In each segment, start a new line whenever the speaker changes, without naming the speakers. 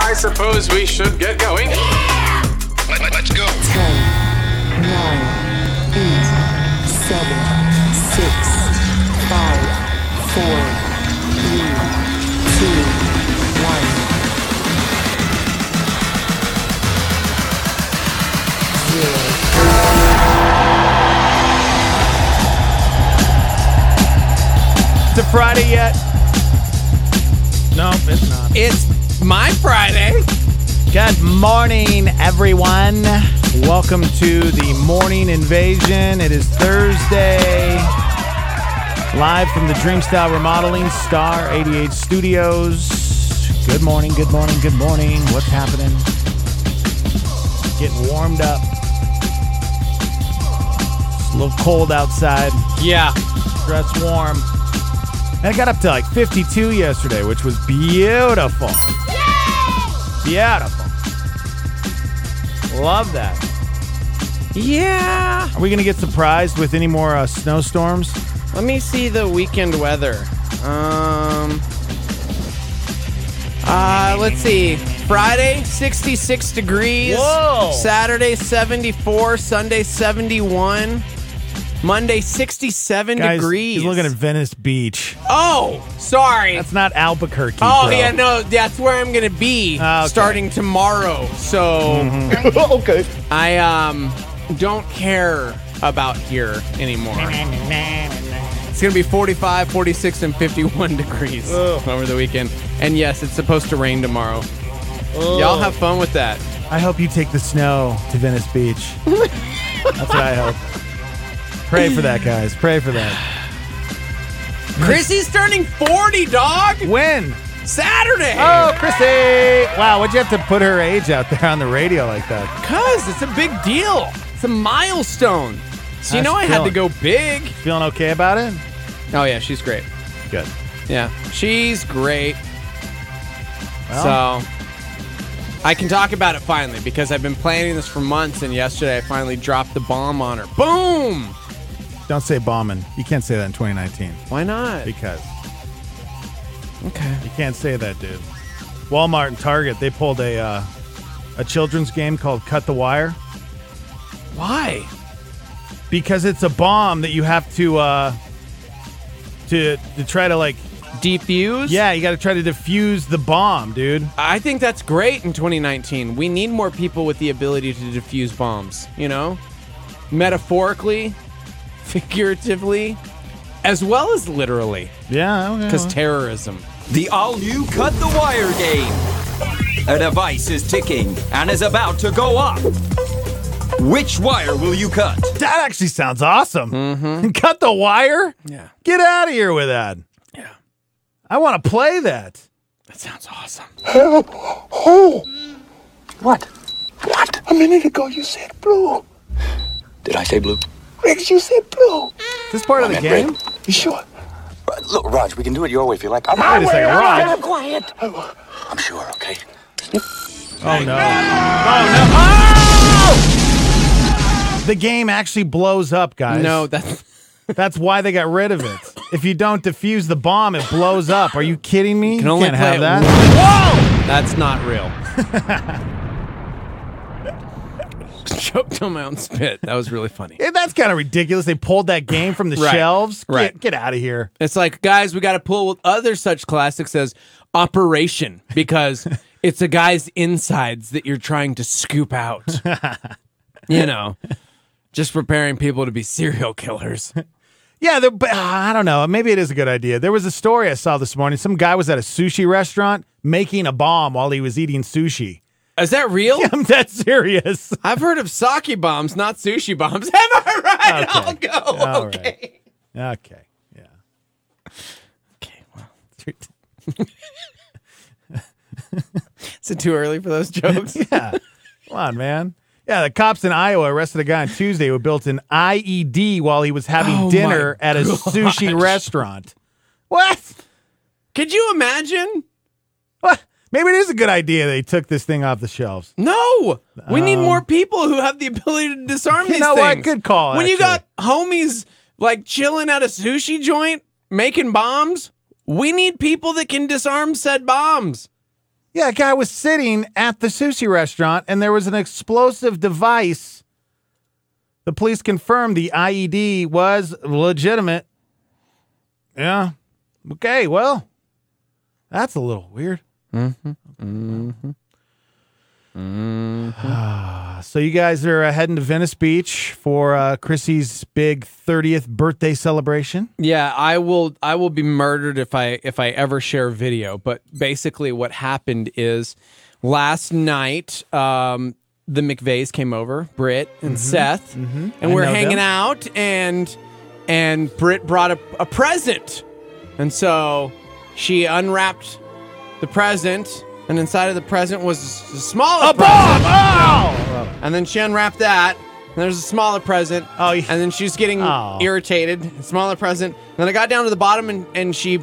I suppose we should get going.
Let, us go.
10, 9, 8, 7, 6, 5, 4, 3, 2, 1. 0.
Is it Friday yet?
No, it's not.
It's my Friday. Good morning, everyone. Welcome to the morning invasion. It is Thursday. Live from the Dreamstyle Remodeling Star 88 Studios. Good morning, good morning, good morning. What's happening? Getting warmed up. It's a little cold outside.
Yeah.
Dress warm. And it got up to like 52 yesterday, which was beautiful. Beautiful. Love that.
Yeah.
Are we going to get surprised with any more uh, snowstorms?
Let me see the weekend weather. Um. Uh, let's see. Friday, 66 degrees.
Whoa.
Saturday, 74. Sunday, 71. Monday, 67
Guys,
degrees.
He's looking at Venice Beach.
Oh, sorry.
That's not Albuquerque.
oh,
bro.
yeah, no, that's where I'm going to be
Ah, okay.
starting tomorrow. So.
okay.
I um don't care about here anymore. It's going to be 45, 46 and 51 degrees over the weekend. And yes, it's supposed to rain tomorrow. Y'all have fun with that.
I hope you take the snow to Venice Beach. That's what I hope. Pray for that, guys. Pray for that.
Chrissy's turning 40, dog.
When?
Saturday.
Oh, Chrissy! Wow, why'd you have to put her age out there on the radio like that?
cuz it's a big deal. It's a milestone. So you
How's
know I
she
had to go
feeling?
big.
Feeling okay about it?
Oh yeah, she's great.
Good.
Yeah, she's great.
Well.
so I can talk about it finally because I've been planning this for months, and yesterday I finally dropped the bomb on her. Boom!
Don't say bombing. You can't say that in 2019
Why not?
because
Okay.
You can't say that, dude. Walmart and Target, they pulled a uh, a children's game called Cut the Wire
Why?
because it's a bomb that you have to uh, to to try to like
Defuse?
yeah, you got to try to defuse the bomb, dude.
I think that's great in 2019. We need more people with the ability to defuse bombs, you know? Metaphorically, figuratively, as well as literally,
Yeah, okay,
because
well.
terrorism.
The all new Cut the Wire game. A device is ticking and is about to go off. Which wire will you cut?
that actually sounds awesome. Cut the wire.
Yeah.
Get out of here with that. Yeah, I want to play that.
That sounds awesome.
Oh. What? What? A minute ago you said blue.
Did I say blue?
Riggs, you said blue.
Is this part of the
man, Rick.
game?
You sure?
Look, Raj, we can do it your way if you like. I'm,
Wait a second, Rod.
quiet.
I'm sure, okay?
Oh no. The game actually blows up, guys.
Oh! No, that's.
that's why they got rid of it. If you don't defuse the bomb, it blows up. Are you kidding me? You
can only
not
play
have
it
that.
That's not real. Choked on my own spit. That was really funny.
Yeah, that's kind of ridiculous. They pulled that game from the
Right,
shelves. Get,
right.
get out of here.
It's like, guys, we got to pull with other such classics as Operation because it's a guy's insides that you're trying to scoop out. you know, just preparing people to be serial killers.
Yeah, they're- but uh, I don't know. Maybe it is a good idea. There was a story I saw this morning. Some guy was at a sushi restaurant making a bomb while he was eating sushi.
Is that real?
I'm that serious.
I've heard of sake bombs, not sushi bombs. Am I right?
Okay.
I'll go.
All right.
okay.
Okay. Yeah.
Okay, well. Is it too early for those jokes?
Yeah. Come on, man. Yeah, the cops in Iowa arrested a guy on Tuesday who built an IED while he was having
Oh,
dinner
my
at a sushi restaurant. What?
Could you imagine?
What? Maybe it is a good idea they took this thing off the shelves.
No, we need more people who have the ability to disarm
Um, You
these
know what?
things.
Good call,
When you
actually.
got homies like chilling at a sushi joint making bombs, we need people that can disarm said bombs.
Yeah, a guy was sitting at the sushi restaurant and there was an explosive device. The police confirmed the IED was legitimate. Yeah. Okay, well, that's a little weird.
Mm-hmm. Mm-hmm.
So you guys are uh, heading to Venice Beach for uh, Chrissy's big 30th birthday celebration.
Yeah, I will. I will be murdered if I if I ever share video. But basically, what happened is last night um, the McVeighs came over, Britt and Seth, and
Mm-hmm. I
we're
know
hanging
them.
out. And and Britt brought a, a present, and so she unwrapped the present, and inside of the present was a smaller a present. And then she unwrapped that. And there's a smaller present.
Oh, yeah.
and then she was getting
Oh.
irritated. Smaller present. And then I got down to the bottom, and, and she,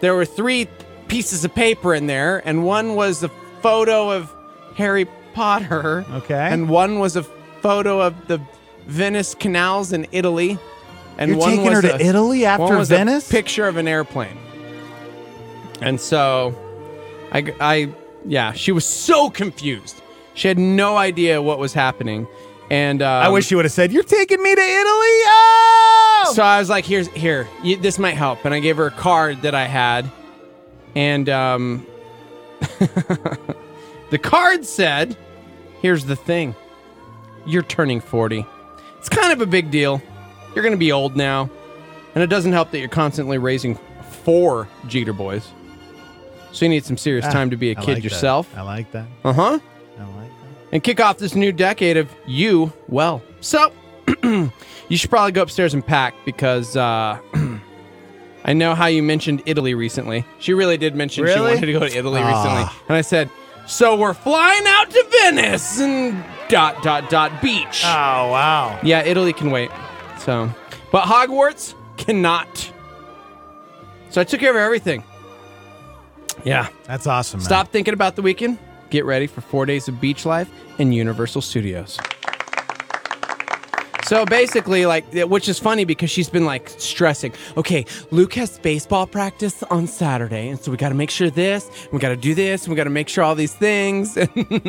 there were three pieces of paper in there, and one was the photo of Harry Potter.
Okay.
And one was a photo of the Venice canals in Italy. And
You're
one
taking
was
her to
a-
Italy after
one was
Venice?
A picture of an airplane. And so, I, g- I- yeah, she was so confused. She had no idea what was happening, and um,
I wish you would have said, You're taking me to Italy. Oh!
So I was like, "Here's here, you, this might help." And I gave her a card that I had, and um, the card said, "Here's the thing, you're turning 40. It's kind of a big deal. You're gonna be old now, and it doesn't help that you're constantly raising four Jeter boys. So you need some serious time to be a
Ah, I
kid
like that.
yourself.
I like that.
Uh huh."
I like that.
and kick off this new decade of you well. So, you should probably go upstairs and pack because uh, I know how you mentioned Italy recently. She really did mention she
Really?
wanted to go to Italy
Ah.
recently. And I said, So we're flying out to Venice and dot, dot, dot beach.
Oh, wow.
Yeah, Italy can wait. So, but Hogwarts cannot. So I took care of everything. Yeah.
That's awesome, man.
Stop thinking about the weekend. Get ready for four days of beach life in Universal Studios. So basically, like, yeah, which is funny because she's been like stressing. Okay, Luke has baseball practice on Saturday, and so we got to make sure this, and we got to do this, and we got to make sure all these things.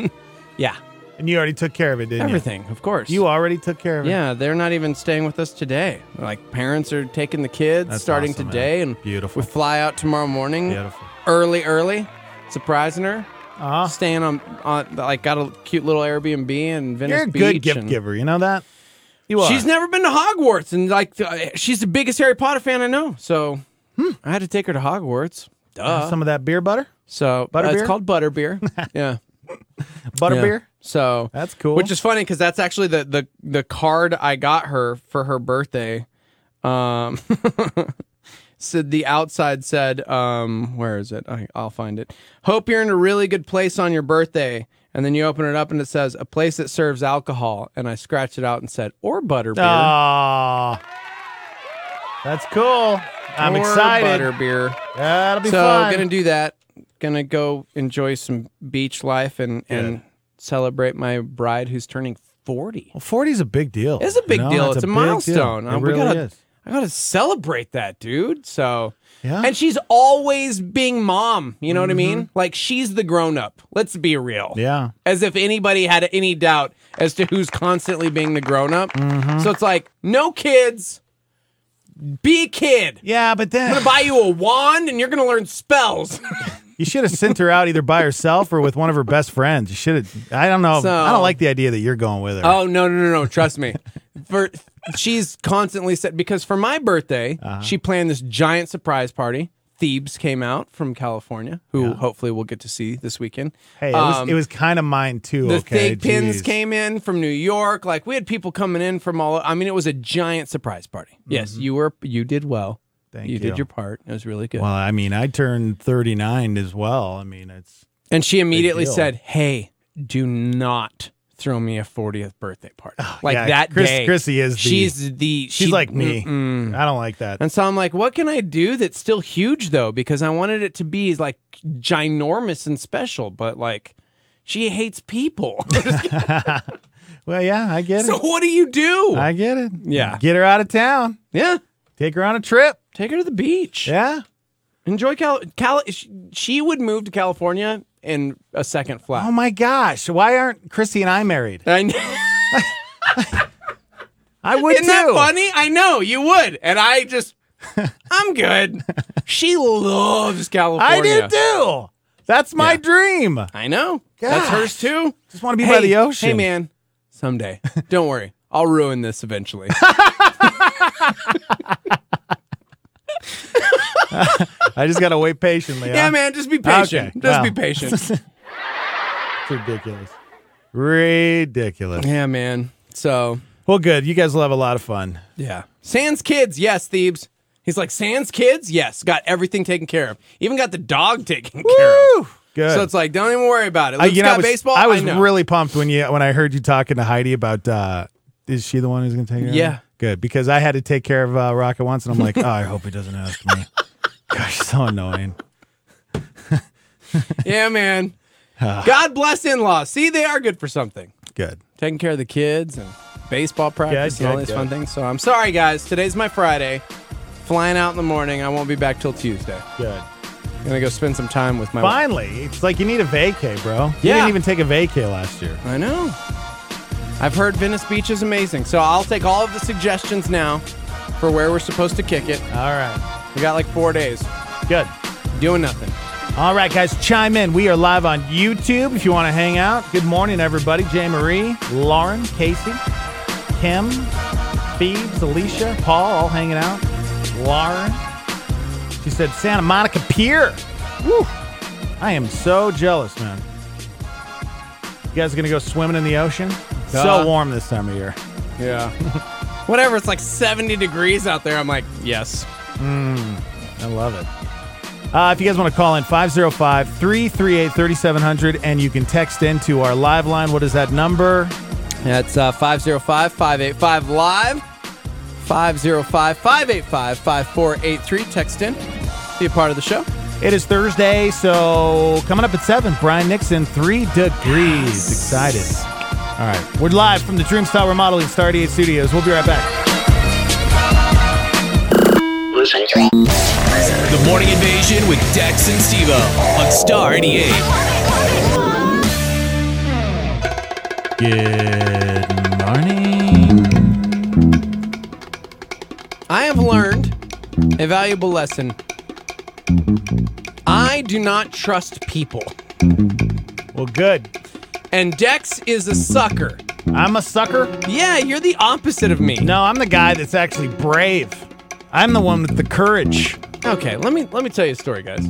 yeah,
And you already took care of it, didn't
everything, of course.
you? You already took care of it.
Yeah, they're not even staying with us today. Like, parents are taking the kids
That's
starting
awesome, man.
today, and
Beautiful.
We fly out tomorrow morning,
Beautiful.
early, early, surprising her
Uh-huh.
staying on, on like got a cute little Airbnb in Venice
You're a
Beach.
good gift
and-
giver. You know that? You are.
She's never been to Hogwarts, and like th- she's the biggest Harry Potter fan I know. So
Hmm.
I had to take her to Hogwarts.
Have
Duh.
Some of that beer butter?
So uh, it's
Butterbeer?
called Butterbeer. yeah.
Butter
Yeah.
beer?
So
That's cool.
Which is funny because that's actually the, the the card I got her for her birthday. Um, said the outside said, um, where is it? I, I'll find it. Hope you're in a really good place on your birthday. And then you open it up and it says a place that serves alcohol. And I scratched it out and said or butterbeer.
Oh, Aw. That's cool. I'm
or
excited.
Butterbeer.
That'll be
So
fun.
gonna do that. Gonna go enjoy some beach life and and celebrate my bride who's turning forty.
well, 40 is a big deal.
It's a big
You know,
deal. It's, a,
big
milestone.
deal.
Uh,
It
we
really
gotta-
is.
I gotta celebrate that, dude. So,
Yeah. Mm-hmm.
and she's always being mom. You know what I mean? Like she's the grown up. Let's be real.
Yeah.
As if anybody had any doubt as to who's constantly being the grown up.
Mm-hmm.
So it's like no kids. Be a kid.
Yeah, but
I'm gonna
then
buy you a wand and you're gonna learn spells.
you should have sent her out either by herself or with one of her best friends. You should have. I don't know.
So-
I don't like the idea that you're going with her.
Oh no no no no! Trust me, for she's constantly said because for my birthday
Uh-huh.
she planned this giant surprise party. Thebes came out from California, who hopefully we'll get to see this weekend.
hey, it was,
Um,
it was kind of mine too.
the
okay,
fake pins
Jeez.
came in from New York. Like we had people coming in from all. I mean, it was a giant surprise party. Yes, you were you did well.
Mm-hmm. Thank
you.
you.
did your part. It was really good.
Well, I mean, I turned 39 as well. I mean, it's
and she immediately
deal.
said, "Hey, do not." Throw me a 40th birthday party. Like
Oh, yeah,
that
Chris-
day.
Chrissy is the-
She's the.
she's
she-
like me.
Mm-mm.
I don't like that.
And so I'm like, what can I do that's still huge though? Because I wanted it to be like ginormous and special, but like she hates people.
Well, yeah, I get
so
it.
what do you do?
I get it.
Yeah.
get her out of town.
yeah.
Take her on a trip.
Take her to the beach.
Yeah.
Enjoy Cal. Cal. sh- She would move to California in a second flat.
Oh my gosh, why aren't Christy and I married?
I know.
I would
Isn't
too.
that funny? I know you would, and I just, I'm good. she loves California.
I did too. That's my
Yeah.
dream.
I know. That's
Gosh.
hers too.
Just want to be by the ocean.
Hey, man. Someday. Don't worry. I'll ruin this eventually.
I just gotta wait patiently.
yeah,
huh?
man. Just be patient.
Okay,
Just
well.
be patient.
It's ridiculous. Ridiculous.
yeah, man. So,
Well, good. You guys will have a lot of fun.
yeah. Sans kids. Yes, Thebes. He's like, Sans kids? Yes. Got everything taken care of. Even got the dog taken care of.
Good.
So it's like, don't even worry about it.
I-
Luke's
you know, I
got
was,
baseball.
I was
know.
really pumped when you when I heard you talking to Heidi about uh, is she the one who's going to take care of it?
Yeah.
Good because I had to take care of uh, Rocket once, and I'm like, oh, I hope he doesn't ask me. Gosh, so annoying.
Yeah, man. God bless in laws. See, they are good for something.
Good.
Taking care of the kids and baseball practice
Good,
and all
good,
these
good.
fun things. So I'm sorry, guys. Today's my Friday. Flying out in the morning. I won't be back till Tuesday.
Good.
Gonna go spend some time with my wife.
Finally, it's like you need a vacay, bro. You
Yeah.
didn't even take a vacay last year.
I know. I've heard Venice Beach is amazing. So I'll take all of the suggestions now for where we're supposed to kick it.
All right.
We got like four days
Good.
doing nothing.
All right, guys, chime in. We are live on YouTube if you want to hang out. Good morning, everybody. Jay Marie, Lauren, Casey, Kim, Phoebes, Alicia, Paul, all hanging out. Lauren. She said Santa Monica Pier. Woo. I am so jealous, man. You guys going to go swimming in the ocean?
Duh.
So warm this time of year.
Yeah. Whatever, it's like 70 degrees out there. I'm like, yes.
I love it. Uh, if you guys want to call in, 505 338 3700, and you can text into our live line. What is that number?
That's uh, 505 585 Live. 505 585 5483. Text in. Be a part of the show.
It is Thursday, so coming up at 7, Brian Nixon, 3 degrees. Excited. All right. We're live from the Dream Style Remodeling Star 88 Studios. We'll be right back.
The Morning Invasion with Dex and Stevo on Star 88.
Good morning.
I have learned a valuable lesson. I do not trust people.
Well, good.
And Dex is a sucker.
I'm a sucker.
Yeah, you're the opposite of me.
No, I'm the guy that's actually brave. I'm the one with the courage.
Okay, let me let me tell you a story, guys.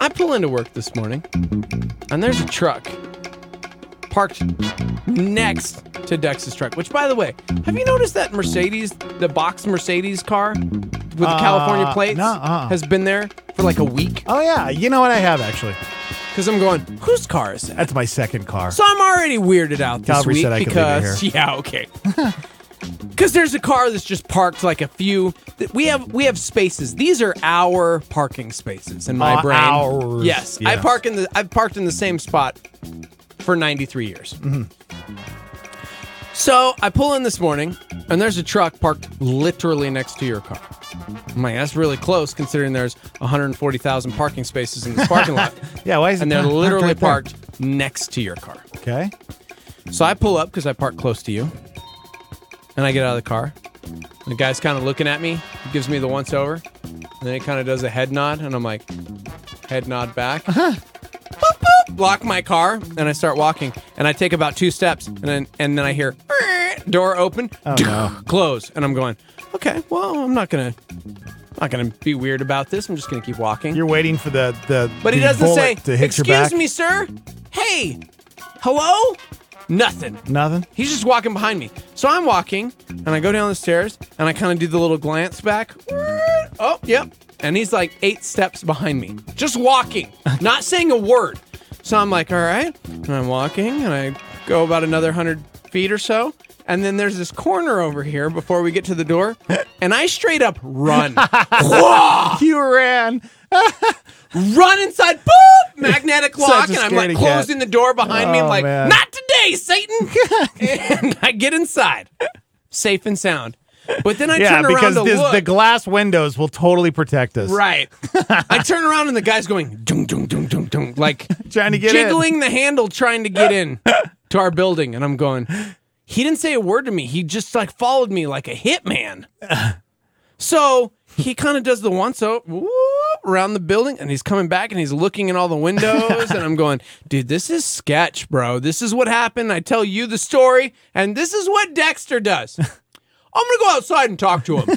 I pull into work this morning, and there's a truck parked next to Dex's truck. Which, by the way, have you noticed that Mercedes, the box Mercedes car with the
Uh,
California plates,
no, uh-uh.
has been there for like a week?
Oh, yeah. You know what I have, actually?
Because I'm going, whose car is that?
That's my second car.
So I'm already weirded out this
Calvary
week
said I could leave it
because yeah, okay. Because there's a car that's just parked like a few. th- We have we have spaces. These are our parking spaces in my
Uh,
brain.
ours,
Yes, I
yes.
park in the I've parked in the same spot for 93 years.
Mm-hmm.
So I pull in this morning, and there's a truck parked literally next to your car. I'm like, that's really close considering there's 140,000 parking spaces in this parking lot,
yeah, why is it
and they're
parked
literally
right there?
parked next to your car.
Okay.
So I pull up because I park close to you, and I get out of the car. The guy's kind of looking at me, he gives me the once over, and then he kind of does a head nod, and I'm like, head nod back.
Uh-huh.
Boop, boop, block my car, and I start walking, and I take about two steps, and then and then I hear "Err," door open,
Oh,
close, and I'm going, okay, well I'm not gonna, not gonna be weird about this. I'm just gonna keep walking.
You're waiting for the the
But he
the
doesn't
bullet
say,
to hit
"Excuse
your back.
me, sir. Hey, hello." Nothing.
Nothing.
He's just walking behind me. So I'm walking and I go down the stairs and I kind of do the little glance back. Oh, yep. And he's like eight steps behind me, just walking, not saying a word. So I'm like, all right. And I'm walking and I go about another 100 feet or so. And then there's this corner over here before we get to the door. And I straight up run.
You ran.
run inside, boop, magnetic
Such a
lock, and I'm like
scaredy cat.
closing the door behind me. I'm
Oh,
like,
man.
not today, Satan. and I get inside, safe and sound. But then I
yeah,
turn around
because
to
this,
look.
the glass windows will totally protect us.
right. I turn around and the guy's going dung dung dung dung dung like
Trying to get in.
jiggling the handle trying to get in to our building and I'm going he didn't say a word to me. He just like followed me like a hitman. So he kind of does the once so around the building and he's coming back and he's looking in all the windows and I'm going, dude, this is sketch, bro. This is what happened. I tell you the story and this is what Dexter does. I'm going to go outside and talk to him.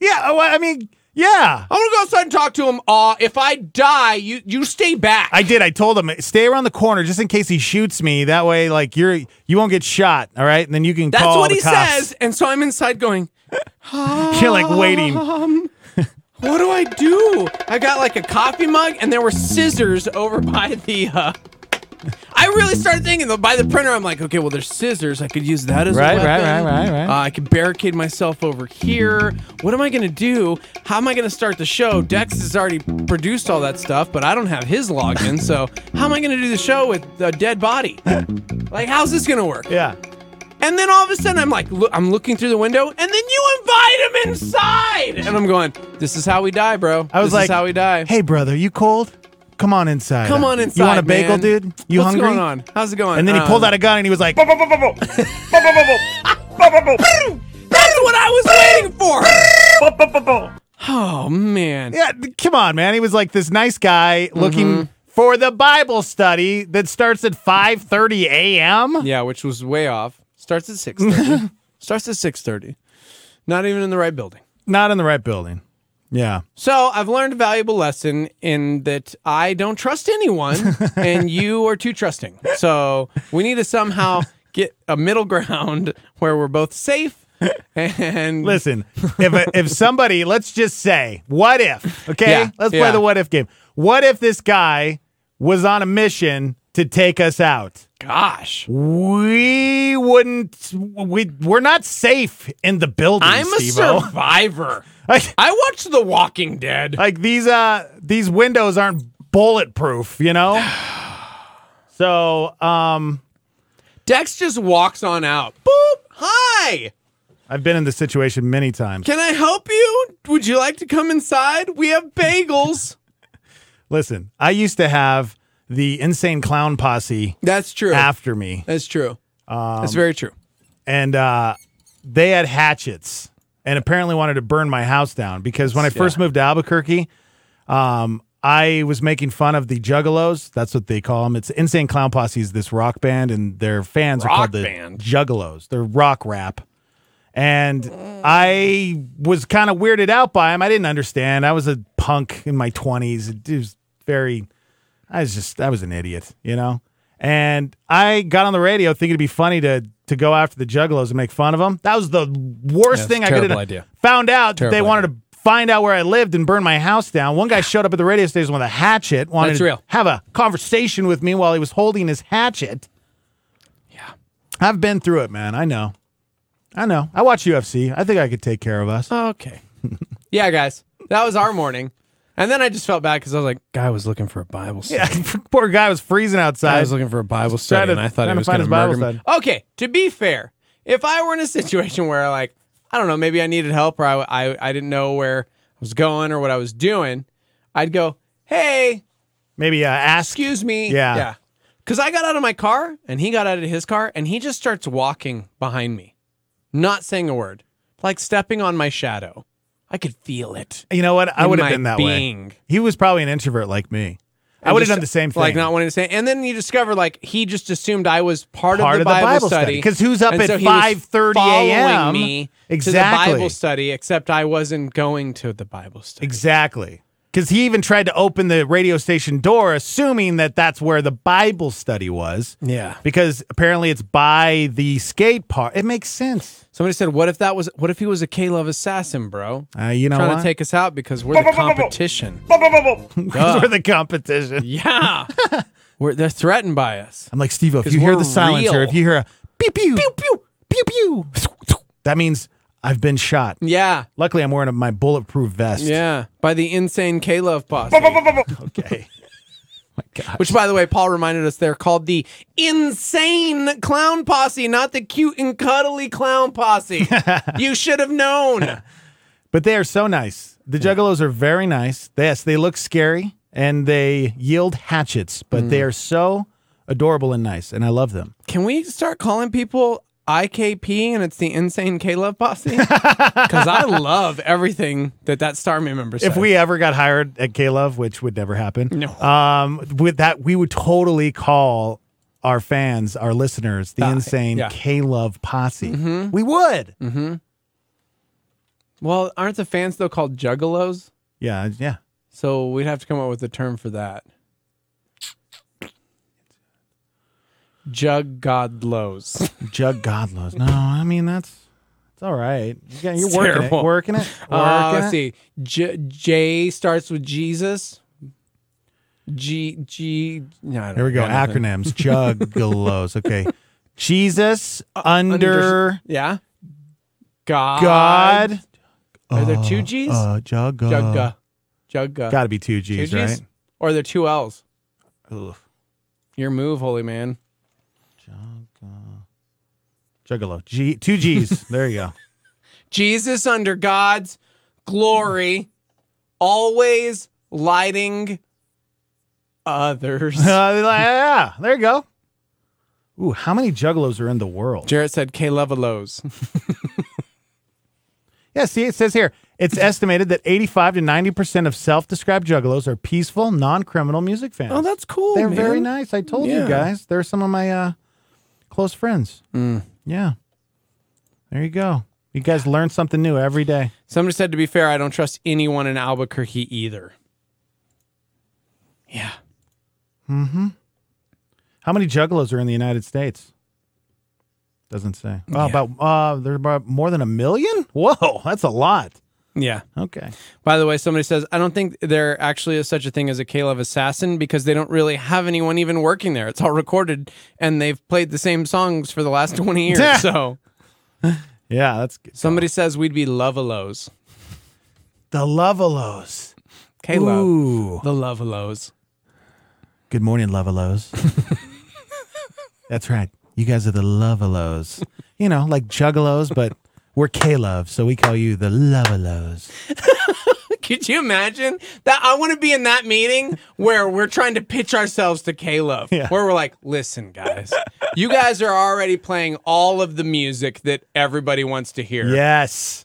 Yeah. Oh, I mean, yeah.
I'm gonna go outside and talk to him. Uh, if I die, you you stay back.
I did. I told him stay around the corner just in case he shoots me. That way, like you're you won't get shot. All right, and then you can
That's
call
what
the
he
cops.
says, and so I'm inside going,
You're like waiting.
"What do I do?" I got like a coffee mug, and there were scissors over by the. Uh, I really started thinking though by the printer. I'm like, okay, well, there's scissors. I could use that as
Right,
a
right, right,
weapon.
right, right.
Uh, I could barricade myself over here. What am I gonna do? How am I gonna start the show? Dex has already produced all that stuff, but I don't have his login. so how am I gonna do the show with a dead body? like, how's this gonna work?
Yeah.
And then all of a sudden, I'm like, look, I'm looking through the window, and then you invite him inside, and I'm going, "This is how we die, bro.
I was
this
like,
is how we die."
Hey, brother, you cold? Come on inside. Uh,
come on inside.
You want a bagel,
man.
dude? You
What's
hungry?
going on? How's it going?
And then he pulled out
Um,
a gun and he was like,
That's what I was waiting for. oh man.
"Yeah, th- come on, man." He was like this nice guy
Mm-hmm.
looking for the Bible study that starts at 5:30 a.m.
Yeah, which was way off. Starts at six thirty. Starts at six thirty. Not even in the right building.
Not in the right building. Yeah.
So I've learned a valuable lesson in that I don't trust anyone, and you are too trusting. So we need to somehow get a middle ground where we're both safe. And
Listen, if if somebody, let's just say, what if? Okay,
Yeah,
let's play
yeah.
the what if game. What if this guy was on a mission to take us out?
gosh,
We wouldn't. We we're not safe in the building.
I'm a
Steve-O.
survivor.
Like,
I watched The Walking Dead.
like these uh these windows aren't bulletproof, you know. So um,
Dex just walks on out. Boop. Hi.
I've been in this situation many times.
Can I help you? Would you like to come inside? We have bagels.
Listen, I used to have the insane clown posse
That's true.
after me.
That's true.
Um,
That's very true.
and uh, they had hatchets and apparently wanted to burn my house down because when I first moved to Albuquerque, um, I was making fun of the Juggalos. That's what they call them. It's Insane Clown Posse is this rock band, and their fans are
Rock
called the
band?
Juggalos. They're rock rap. And
Mm.
I was kind of weirded out by him. I didn't understand. I was a punk in my 20s. It was very I was just I was an idiot, you know. And I got on the radio thinking it'd be funny to to go after the Juggalos and make fun of them. That was the worst
Yeah,
thing I could
terrible
have done.
idea.
Found out that they
Terrible
wanted to find out where I lived and burn my house down. One guy showed up at the radio station with a hatchet, wanted
That's
to
real.
have a conversation with me while he was holding his hatchet. Yeah, I've been through it, man. I know. I know. I watch UFC. I think I could take care of us.
Okay. yeah, guys. That was our morning. And then I just felt bad because I was like, guy was looking for a Bible study.
Yeah, poor guy was freezing outside.
I was looking for a Bible study,
to-
and I thought
trying
it
to
was
find
going to
his Bible
murder me. Okay, to be fair, if I were in a situation where, like, I don't know, maybe I needed help or I, I, I didn't know where I was going or what I was doing, I'd go, hey,
Maybe uh, ask
excuse me.
Yeah.
Yeah. Because I got out of my car and he got out of his car and he just starts walking behind me, not saying a word, like stepping on my shadow. I could feel it.
You know what? I
in
would have
my
been that
being.
way. He was probably an introvert like me. I would have
just,
done the same thing.
Like not wanting to say. And then you discover like he just assumed I was part,
Part
of, the Bible study.
'Cause who's up
And
at
so he was
5:30 a.m.?
following me to
Exactly.
the Bible study, except I wasn't going to the Bible study.
exactly. Because he even tried to open the radio station door, assuming that that's where the Bible study was.
Yeah.
Because apparently it's by the skate park. It makes sense.
Somebody said, "What if that was? What if he was a K-Love assassin, bro?
Uh, you know
Trying
what?
to take us out because we're the competition.
Because we're the competition.
yeah, we're, they're threatened by us.
I'm like, Steve, if
'Cause
you hear
we're
the silencer,
real.
if you hear a pew pew, pew pew, pew pew, that means I've been shot.
Yeah,
Luckily, I'm wearing my bulletproof vest.
yeah. By the insane K-Love boss.
Okay.
Which, by the way, Paul reminded us they're called the insane clown posse, not the cute and cuddly clown posse. you should have known.
But they are so nice. The Juggalos are very nice. Yes, they look scary and they yield hatchets, but they
Mm.
are so adorable and nice, and I love them.
Can we start calling people IKP and it's the insane K Love posse? Because I love everything that that Starman member says.
If we ever got hired at K Love, which would never happen,
No.
um, with that we would totally call our fans, our listeners, the insane
yeah. Mm-hmm. Mm.
K Love posse. We would.
well, aren't the fans though called Juggalos?
Yeah, yeah.
So we'd have to come up with a term for that. Jug Godlos.
Jug Godlos. No, I mean that's it's all right. You got- You're
It's
working
terrible.
it, working it, working
Uh,
it.
let's see. J, J starts with Jesus. G G. No, I don't
There we go.
got nothing.
Acronyms. Juggalos. Okay. Jesus
Uh,
under
Yeah. God.
God.
Are there two G's?
Uh, jugga.
Jugga. Jugga.
Got to be two
Two
G's,
G's?
right?
Or are there two L's?
Ugh.
Your move, holy man.
Juggalo. G. Two G's. there you go.
Jesus under God's glory, always lighting others.
Uh, yeah. There you go. Ooh, how many juggalos are in the world?
Jarrett said K Levelos.
Yeah, see, it says here it's estimated that 85 to 90% of self described juggalos are peaceful, non criminal music fans.
Oh, that's cool.
They're very nice. I told
Yeah.
you guys. They're some of my uh, close friends.
Mm.
Yeah. There you go. You guys learn something new every day.
Somebody said, to be fair, I don't trust anyone in Albuquerque either. Yeah.
How many juggalos are in the United States? Doesn't say. Oh, about uh, there's about more than a million. Whoa, that's a lot.
Yeah.
Okay.
By the way, somebody says, I don't think there actually is such a thing as a Caleb assassin because they don't really have anyone even working there. It's all recorded and they've played the same songs for the last 20 years. so
Yeah, that's good.
somebody says we'd be Lovelos.
the Lovelos.
Caleb.
Ooh.
The Lovelos.
Good morning, Lovelos. that's right. You guys are the Lovelos. You know, like juggalos, but we're K-Love, so we call you the Lovelos.
Could you imagine that? I want to be in that meeting where we're trying to pitch ourselves to Caleb,
Yeah.
where we're like, listen, guys, you guys are already playing all of the music that everybody wants to hear.
Yes.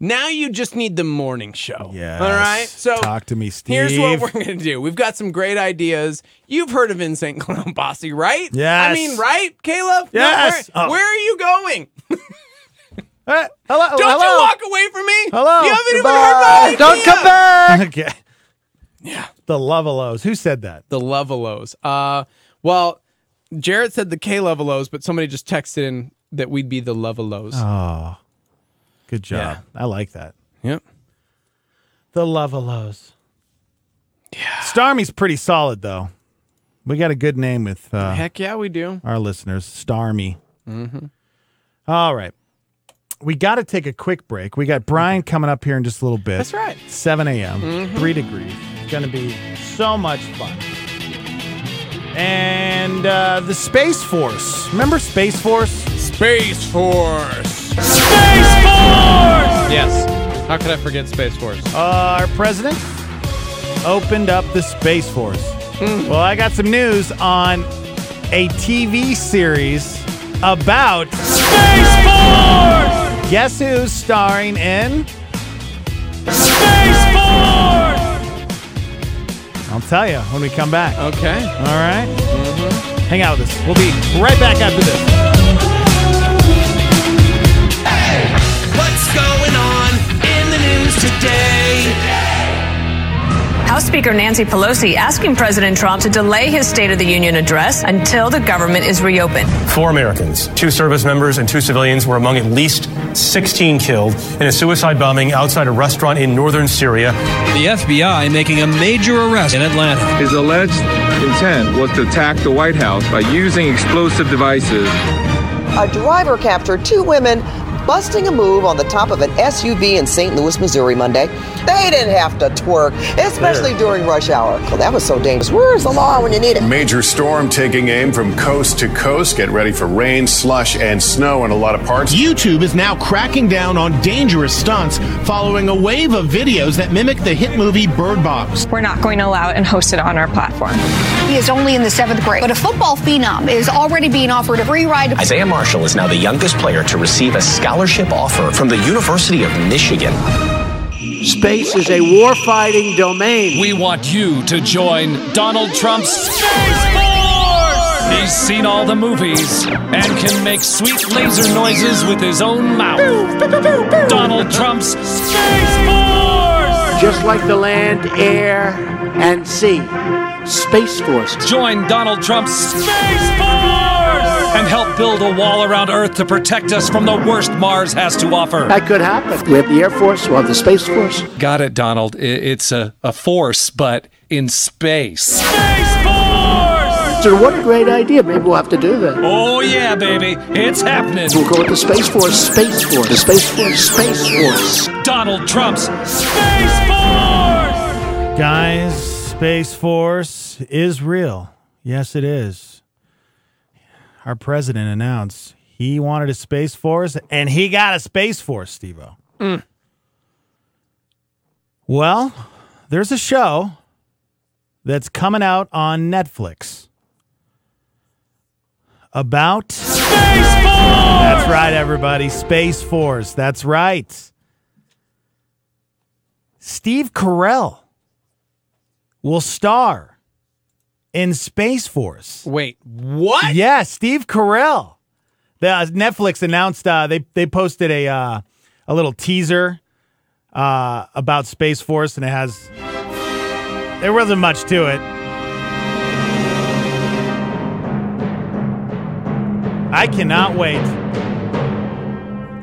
Now you just need the morning show.
Yes.
All right. So
Talk to me,
Here's what
Steve.
we're going to do. We've got some great ideas. You've heard of Insane Clown Posse, right?
Yes.
I mean, right, Caleb? No,
Yes.
where,
Oh.
where are you going?
Uh, hello.
Don't
hello.
you walk away from me.
Hello.
You haven't even
Goodbye.
heard my
Don't
idea.
come back. okay. Yeah. The Lovelos. Who said that?
The Levelos. Uh, well, Jared said the K Levelos, but somebody just texted in that we'd be the Levelos.
Good job. I like that.
Yep.
The Lovelos. Yeah. Starmy's pretty solid though. We got a good name with uh,
Heck yeah, we do.
our listeners, Starmy. Mm-hmm. right. We got to take a quick break. We got Brian coming up here in just a little bit.
That's right. Mm-hmm.
7 a.m., 3 degrees. It's going to be so much fun. And uh, the Space Force. Remember Space Force?
Space Force. Space Force. Yes. How could I forget Space Force?
Uh, our president opened up the Space Force. Well, I got some news on a TV series about Space Force. Guess who's starring in Space Force? I'll tell you when we come back.
Okay.
All right? Hang out with us. We'll be right back after this.
What's going on in the news today?
House Speaker Nancy Pelosi asking President Trump to delay his State of the Union address until the government is reopened.
Four Americans, two service members and two civilians, were among at least 16 killed in a suicide bombing outside a restaurant in northern Syria.
The FBI making a major arrest in Atlanta.
His alleged intent was to attack the White House by using explosive devices.
A driver captured two women busting a move on the top of an SUV in St. Louis, Missouri Monday. They didn't have to twerk, especially during rush hour. Well, that was so dangerous. Where's the law when you need it?
Major storm taking aim from coast to coast. Get ready for rain, slush, and snow in a lot of parts.
YouTube is now cracking down on dangerous stunts following a wave of videos that mimic the hit movie Bird Box.
We're not going to allow it and host it on our platform.
He is only in the seventh grade, but a football phenom is already being offered a free ride.
Isaiah Marshall is now the youngest player to receive a scholarship offer from the University of Michigan.
Space is a warfighting domain.
We want you to join Donald Trump's Space Force! He's seen all the movies and can make sweet laser noises with his own mouth. Donald Trump's Space Force!
Just like the land, air, and sea. Space Force.
Join Donald Trump's Space Force! And help build a wall around Earth to protect us from the worst Mars has to offer.
That could happen. We have the Air Force, we have the Space Force.
Got it, Donald. I- It's a, a force, but in space.
So, what a great idea. Maybe we'll have to do that.
Oh, yeah, baby. It's happening.
We'll go with the Space Force, Space Force, the Space Force, Space Force.
Donald Trump's Space Force!
Guys, Space Force is real. Yes, it is. Our president announced he wanted a Space Force, and he got a Space Force, Steve
Mm.
Well, there's a show that's coming out on Netflix about Space Force. That's right, everybody. Space Force. That's right. Steve Carell will star in Space Force.
Wait, what?
Yeah, Steve Carell. The uh, Netflix announced uh, they they posted a uh, a little teaser uh, about Space Force, and it has there wasn't much to it. I cannot wait.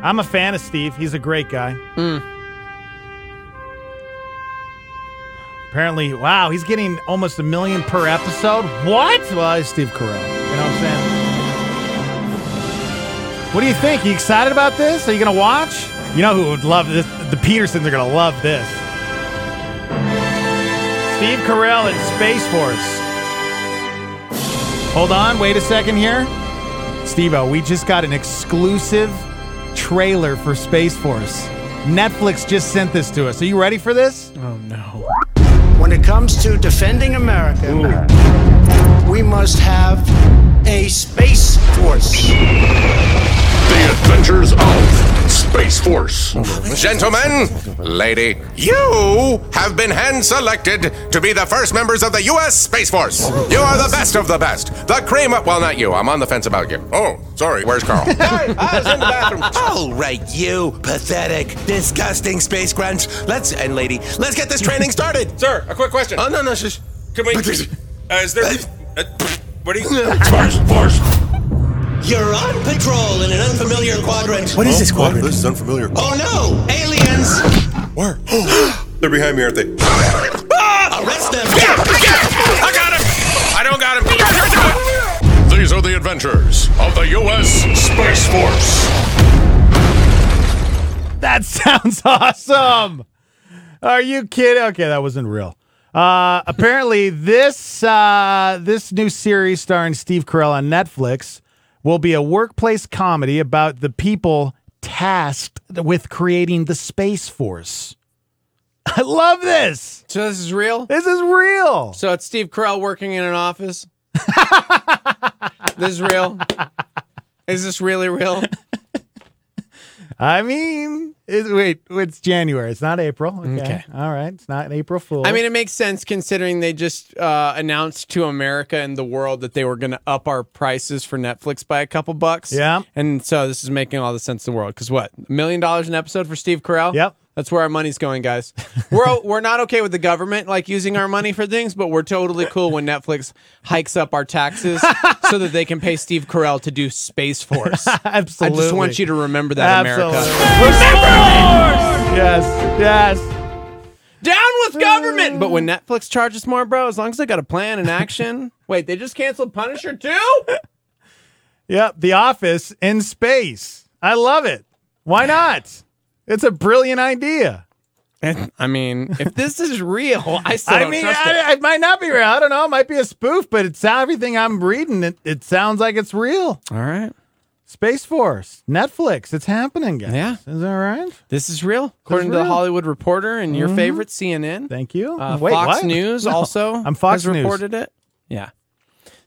I'm a fan of Steve. He's a great guy. Apparently, wow, he's getting almost a million per episode. What? Well, it's Steve Carell. You know what I'm saying? What do you think? You excited about this? Are you going to watch? You know who would love this? The Petersons are going to love this. Steve Carell in Space Force. Hold on, wait a second here. Steve O, we just got an exclusive trailer for Space Force. Netflix just sent this to us. Are you ready for this?
Oh, no.
When it comes to defending America, we must have a Space Force.
The Adventures of Space Force.
Gentlemen, lady, you have been hand selected to be the first members of the U.S. Space Force. You are the best of the best. The cream of. Well, not you. I'm on the fence about you. Oh, sorry. Where's Carl?
All right, you pathetic, disgusting space grunts. Let's and lady, let's get this training started.
Sir, a quick question.
Oh no, no, shush.
Can we. Uh, is there. Uh, what are you.
Force, force. You're on patrol in an unfamiliar quadrant.
What is this quadrant? This is unfamiliar.
Oh no, aliens!
Where? They're behind me, aren't they?
Ah, arrest them!
I got him! I don't got him! These are the adventures of the U.S. Space Force.
That sounds awesome. Are you kidding? Okay, that wasn't real. Uh, apparently, this uh, this new series starring Steve Carell on Netflix will be a workplace comedy about the people tasked with creating the Space Force. I love this.
So this is real?
This is real.
So it's Steve Carell working in an office. this is real. Is this really real?
I mean, it, wait, it's January. It's not April. Okay.
Okay.
All right. It's not an April Fool.
I mean, it makes sense considering they just uh, announced to America and the world that they were going to up our prices for Netflix by a couple bucks.
Yeah.
And so this is making all the sense in the world. Because what? A million dollars an episode for Steve Carell?
Yep.
That's where our money's going, guys. We're we're not okay with the government like using our money for things, but we're totally cool when Netflix hikes up our taxes so that they can pay Steve Carell to do Space Force.
Absolutely.
I just want you to remember that, America.
Remember Yes. Yes.
Down with government. But when Netflix charges more, bro, as long as they got a plan and action. Wait, they just canceled Punisher too?
Yep, The Office in space. I love it. Why not? It's a brilliant idea.
I mean, if this is real, I still don't
mean,
trust it.
I, it might not be real. I don't know. It might be a spoof, but it's everything I'm reading. It, it sounds like it's real.
All right.
Space Force, Netflix, it's happening, guys. Yeah, is that right?
This is real, Mm-hmm. according to
real.
the Hollywood Reporter and your
Mhm.
favorite CNN.
Thank you.
Uh,
Wait,
Fox
what?
News
No,
also.
I'm Fox
has
News.
reported it. Yeah.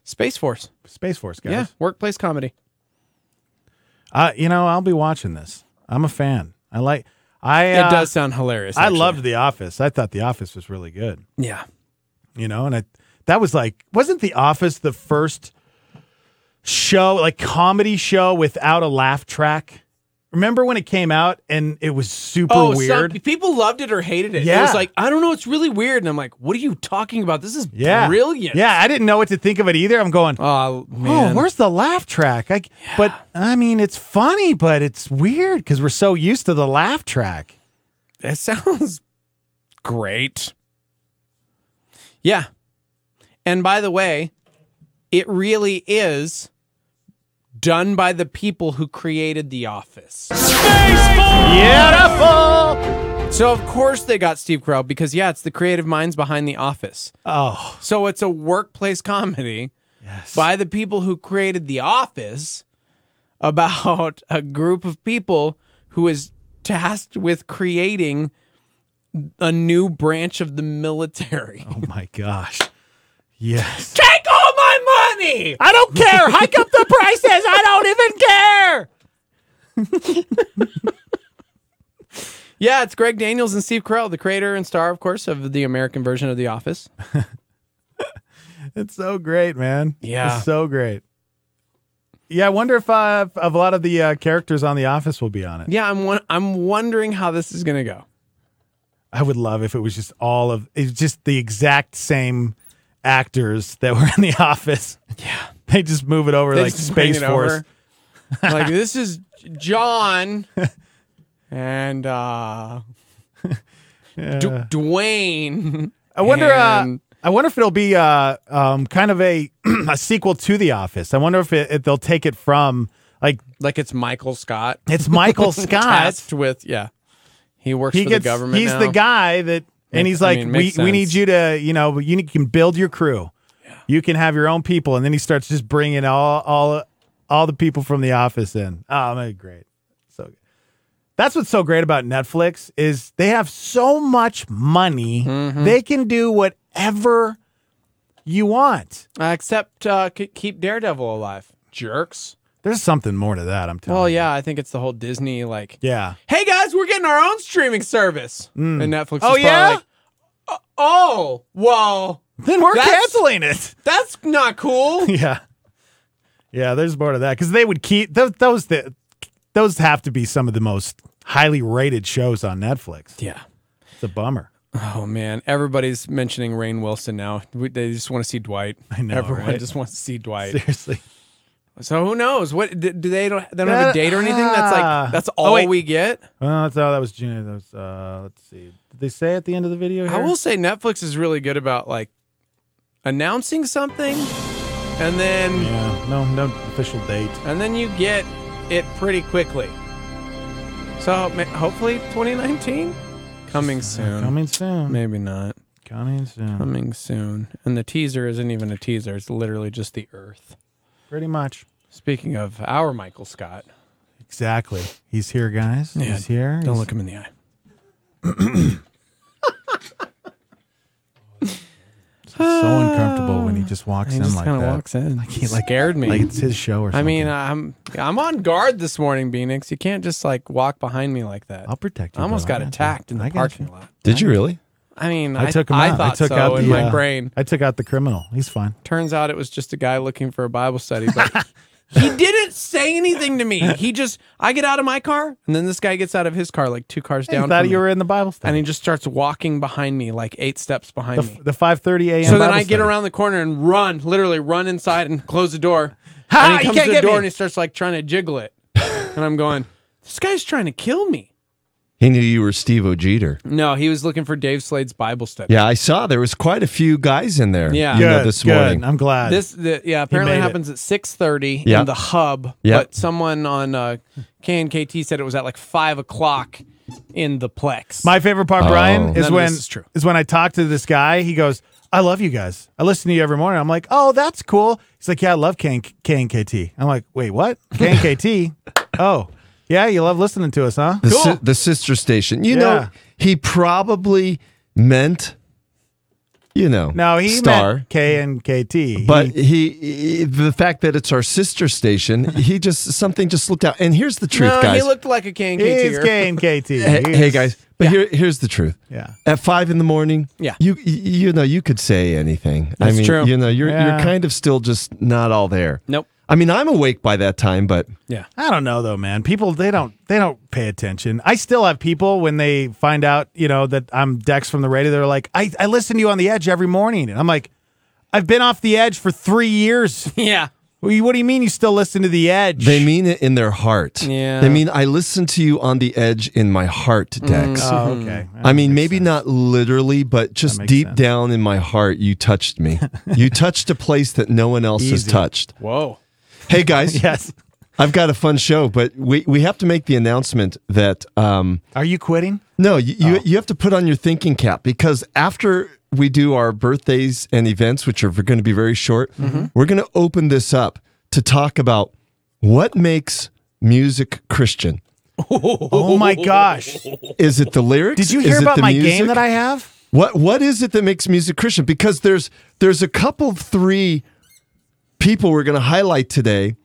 Space Force.
Space Force, guys.
Yeah. Workplace comedy.
Uh, you know, I'll be watching this. I'm a fan. I like. I.
It
uh,
does sound hilarious,
I
actually.
loved The Office. I thought The Office was really good.
Yeah.
You know, and I that was like wasn't The Office the first show like comedy show without a laugh track? Remember when it came out and it was super
oh,
weird?
Some, people loved it or hated it. It
Yeah.
was like, I don't know, it's really weird. And I'm like, what are you talking about? This is
Yeah.
brilliant.
Yeah, I didn't know what to think of it either. I'm going,
oh,
oh where's the laugh track? I, But I mean, it's funny, but it's weird because we're so used to the laugh track.
That sounds great. Yeah. And by the way, it really is done by the people who created The Office. Beautiful. So of course they got Steve Carell because yeah, it's the creative minds behind The Office.
Oh.
So it's a workplace comedy by the people who created The Office about a group of people who is tasked with creating a new branch of the military.
Oh my gosh. Yes.
Take all my money.
I don't care. Hike up the prices. I
Yeah, it's Greg Daniels and Steve Carell, the creator and star, of course, of the American version of The Office.
don't even care. It's so great, man.
Yeah.
It's so great. Yeah, I wonder if uh, of a lot of the uh, characters on The Office will be on it.
Yeah, I'm won- I'm wondering how this is going to go.
I would love if it was just all of it's just the exact same actors that were in The Office. Yeah. They just move it over
They
like
just bring
Space
it
Force.
over. like this is John and uh D-
Yeah.
Dwayne.
I wonder. Uh,
and-
I wonder if it'll be uh, um, kind of a a sequel to The Office. I wonder if, it, if they'll take it from like
like it's Michael Scott.
It's Michael Scott.
tasked with yeah. He works
he
for
gets
the government.
he's
now.
the guy that and
It-
he's
I
like
mean,
we
makes
we
sense.
need you to you know you need- can build your crew. You can have your own people, and then he starts just bringing all all all the people from The Office in. Oh, man, great. So good. That's what's so great about Netflix is they have so much money.
Mm-hmm.
They can do whatever you want.
Uh, except uh, k- keep Daredevil alive, jerks.
There's something more to that. I'm telling.
Well, yeah, I think it's the whole Disney like.
you. Oh, Yeah.
Hey guys, we're getting our own streaming service,
Mm.
and Netflix.
Oh,
is probably
yeah?
like, "Uh, oh well,
Then we're
that's-
canceling it.
That's not cool.
yeah. Yeah, there's more to that because they would keep those. Those, the, those have to be some of the most highly rated shows on Netflix.
Yeah,
it's a bummer.
Oh man, everybody's mentioning Rain Wilson now. We- They just want to see Dwight. I
know,
Everyone
right?
just wants to see Dwight.
Seriously.
So who knows? What do do they don't? They don't have a date or anything. That's
Ah.
like that's
Oh,
all
wait.
we get.
Oh, that's, oh, that was June. That was. Uh, let's see. Did they say at the end of the video?
I
here?
will say Netflix is really good about like announcing something, and then
Yeah. No. No official date.
and then you get it pretty quickly. So ma- hopefully 2019 coming soon.
uh, Coming soon.
Maybe not.
Coming soon.
Coming soon. And the teaser isn't even a teaser. It's literally just the Earth.
Pretty much.
Speaking of our Michael Scott,
Exactly. He's here, guys.
Yeah,
He's here.
don't
He's-
look him in the eye.
It's so uncomfortable when he just walks
Ah. He
in
just
like
kinda
that.
walks in.
Like he like
scared me.
Like it's his show or something.
I mean, I'm I'm on guard this morning, Phoenix. You can't just like walk behind me like that. I'll
protect
you. I almost
bro. I
got
got you.
attacked in the
I got
parking
you.
lot.
Did you really?
I mean,
I took him
I
out.
thought
I took
so
out
in
the,
my
uh,
brain.
I took out the criminal. He's fine.
Turns out it was just a guy looking for a Bible study, but he didn't say anything to me. He just I get out of my car, and then this guy gets out of his car, like two cars
He
down.
thought
from
you
me,
were in the Bible study.
and he just starts walking behind me, like eight steps behind
The,
me.
the 5:30 a.m.
So then
Bible
I get
study.
around the corner and run, literally run inside and close the door.
Ha,
and
you
he comes
can't
to the
get
door
me.
and he starts like trying to jiggle it. and I'm going, this guy's trying to kill me.
He knew you were Steve O'Jeter.
No, he was looking for Dave Slade's Bible study.
Yeah, I saw there was quite a few guys in there.
Yeah.
you know,
Good,
this
good.
morning.
I'm glad.
This, the, yeah, apparently
made it.
happens at six thirty
Yeah.
in the hub.
Yeah.
But someone on uh, KNKT said it was at like five o'clock in the Plex.
My favorite part,
Oh.
Brian,
None
is
of
when
this is true.
is when I talk to this guy. He goes, "I love you guys. I listen to you every morning." I'm like, "Oh, that's cool." He's like, "Yeah, I love K K and KT." I'm like, "Wait, what? K and KT? Oh, yeah, you love listening to us, huh?"
The, si- the sister station. You
Yeah.
know, he probably meant, you know,
No, he
star.
meant K and KT.
But he, he- the fact that it's our sister station, he just something just slipped out. And here's the truth,
no,
guys.
he looked like a KNKT.
He's KNKT.
hey, hey, guys, but here, here's the truth.
Yeah.
At five in the morning,
Yeah.
you you know you could say anything. I
That's
mean,
true.
you know, you're
Yeah.
you're kind of still just not all there.
Nope.
I mean, I'm awake by that time, but
Yeah.
I don't know though, man. People they don't they don't pay attention. I still have people when they find out, you know, that I'm Dex from the radio, they're like, I, I listen to you on the edge every morning. And I'm like, I've been off the edge for three years.
Yeah.
Well, you- what do you mean you still listen to the edge?
they mean it in their heart.
Yeah.
They mean I listen to you on the edge in my heart, Dex.
Oh, okay.
I mean, maybe not literally, but just deep down in my heart, you touched me. you touched a place that no one else has
Easy.
touched.
Whoa.
Hey guys.
yes.
I've got a fun show, but we, we have to make the announcement that um,
Are you quitting?
no, you,
Oh.
you you have to put on your thinking cap because after we do our birthdays and events, which are going to be very short,
Mm-hmm.
we're going to open this up to talk about what makes music Christian.
Oh my gosh.
Is it the lyrics?
Did you
Is
hear
it
about
the
my
music?
game that I have?
What what is it that makes music Christian? Because there's there's a couple of three people we're going to highlight today,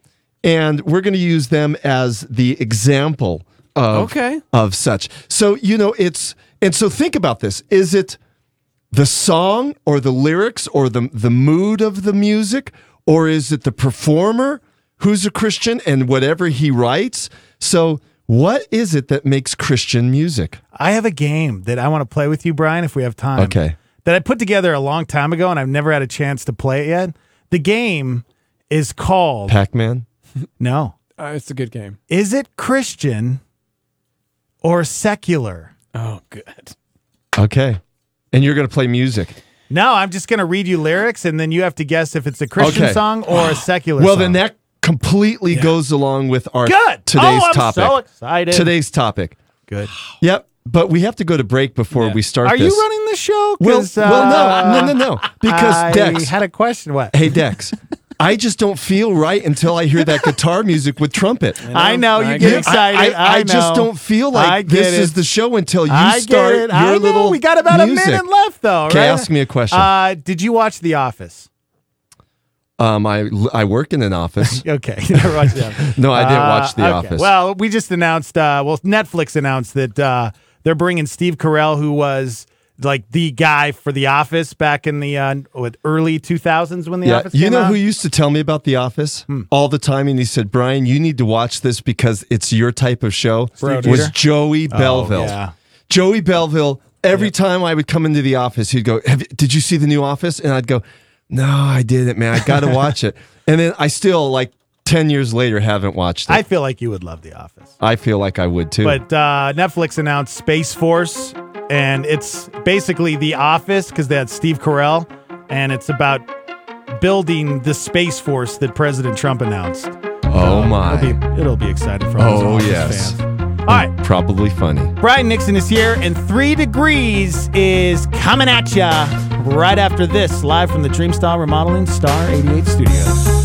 and we're going to use them as the example of
Okay.
of such. So you know it's and so think about this: is it the song or the lyrics or the the mood of the music, or is it the performer who's a Christian and whatever he writes? So what is it that makes Christian music?
I have a game that I want to play with you, Brian, if we have time.
Okay.
That I put together a long time ago and I've never had a chance to play it yet. The game is called
Pac Man.
No.
Uh, it's a good game.
Is it Christian or secular?
Oh, good.
Okay. And you're going to play music.
No, I'm just going to read you lyrics and then you have to guess if it's a Christian
Okay.
song or a secular
well,
song.
then that completely goes along with our
Good.
today's
Oh, I'm
topic.
so excited.
Today's topic.
Good.
Yep. But we have to go to break before we start
Are
this.
you running the show?
Well,
'Cause,
well, no, no,
uh,
no, no. Because
I
Dex
had a question. What?
Hey, Dex. I just don't feel right until I hear that guitar music with trumpet.
I know, you get excited.
I, I
I
just
know.
don't feel
I
like
get
this
it.
is the show until you
I
start
get it.
your
I know.
little.
We got about
music.
a minute left, though.
Okay,
right?
ask me a question.
Uh, did you watch The Office?
um, I I work in an office.
Okay, you never watched The Office.
No, I didn't watch The
Uh, okay.
Office.
Well, we just announced. Uh, well, Netflix announced that uh, they're bringing Steve Carell, who was like the guy for The Office back in the uh, what, early 2000s when The Office.
You
came
know
out?
who used to tell me about The Office
Hmm.
all the time? And he said, Brian, you need to watch this because it's your type of show.
Steve
was
Jeter?
Joey
Oh,
Belleville.
yeah.
Joey Belleville, every time I would come into the office, he'd go, Have, you- Did you see the new office? And I'd go, No, I didn't, man. I got to watch it. And then I still, like 10 years later, haven't watched it.
I
I,
feel like you would love The Office.
feel like I would too.
But uh, Netflix announced Space Force, and it's basically The Office because they had Steve Carell, and it's about building the Space Force that President Trump announced.
oh, my.
uh, It'll be, it'll be exciting for all those
oh,
Office
yes.
fans. All right.
Probably funny.
Brian Nixon is here, and Three Degrees is coming at ya right after this, live from the Dreamstyle Remodeling Star 88 Studios.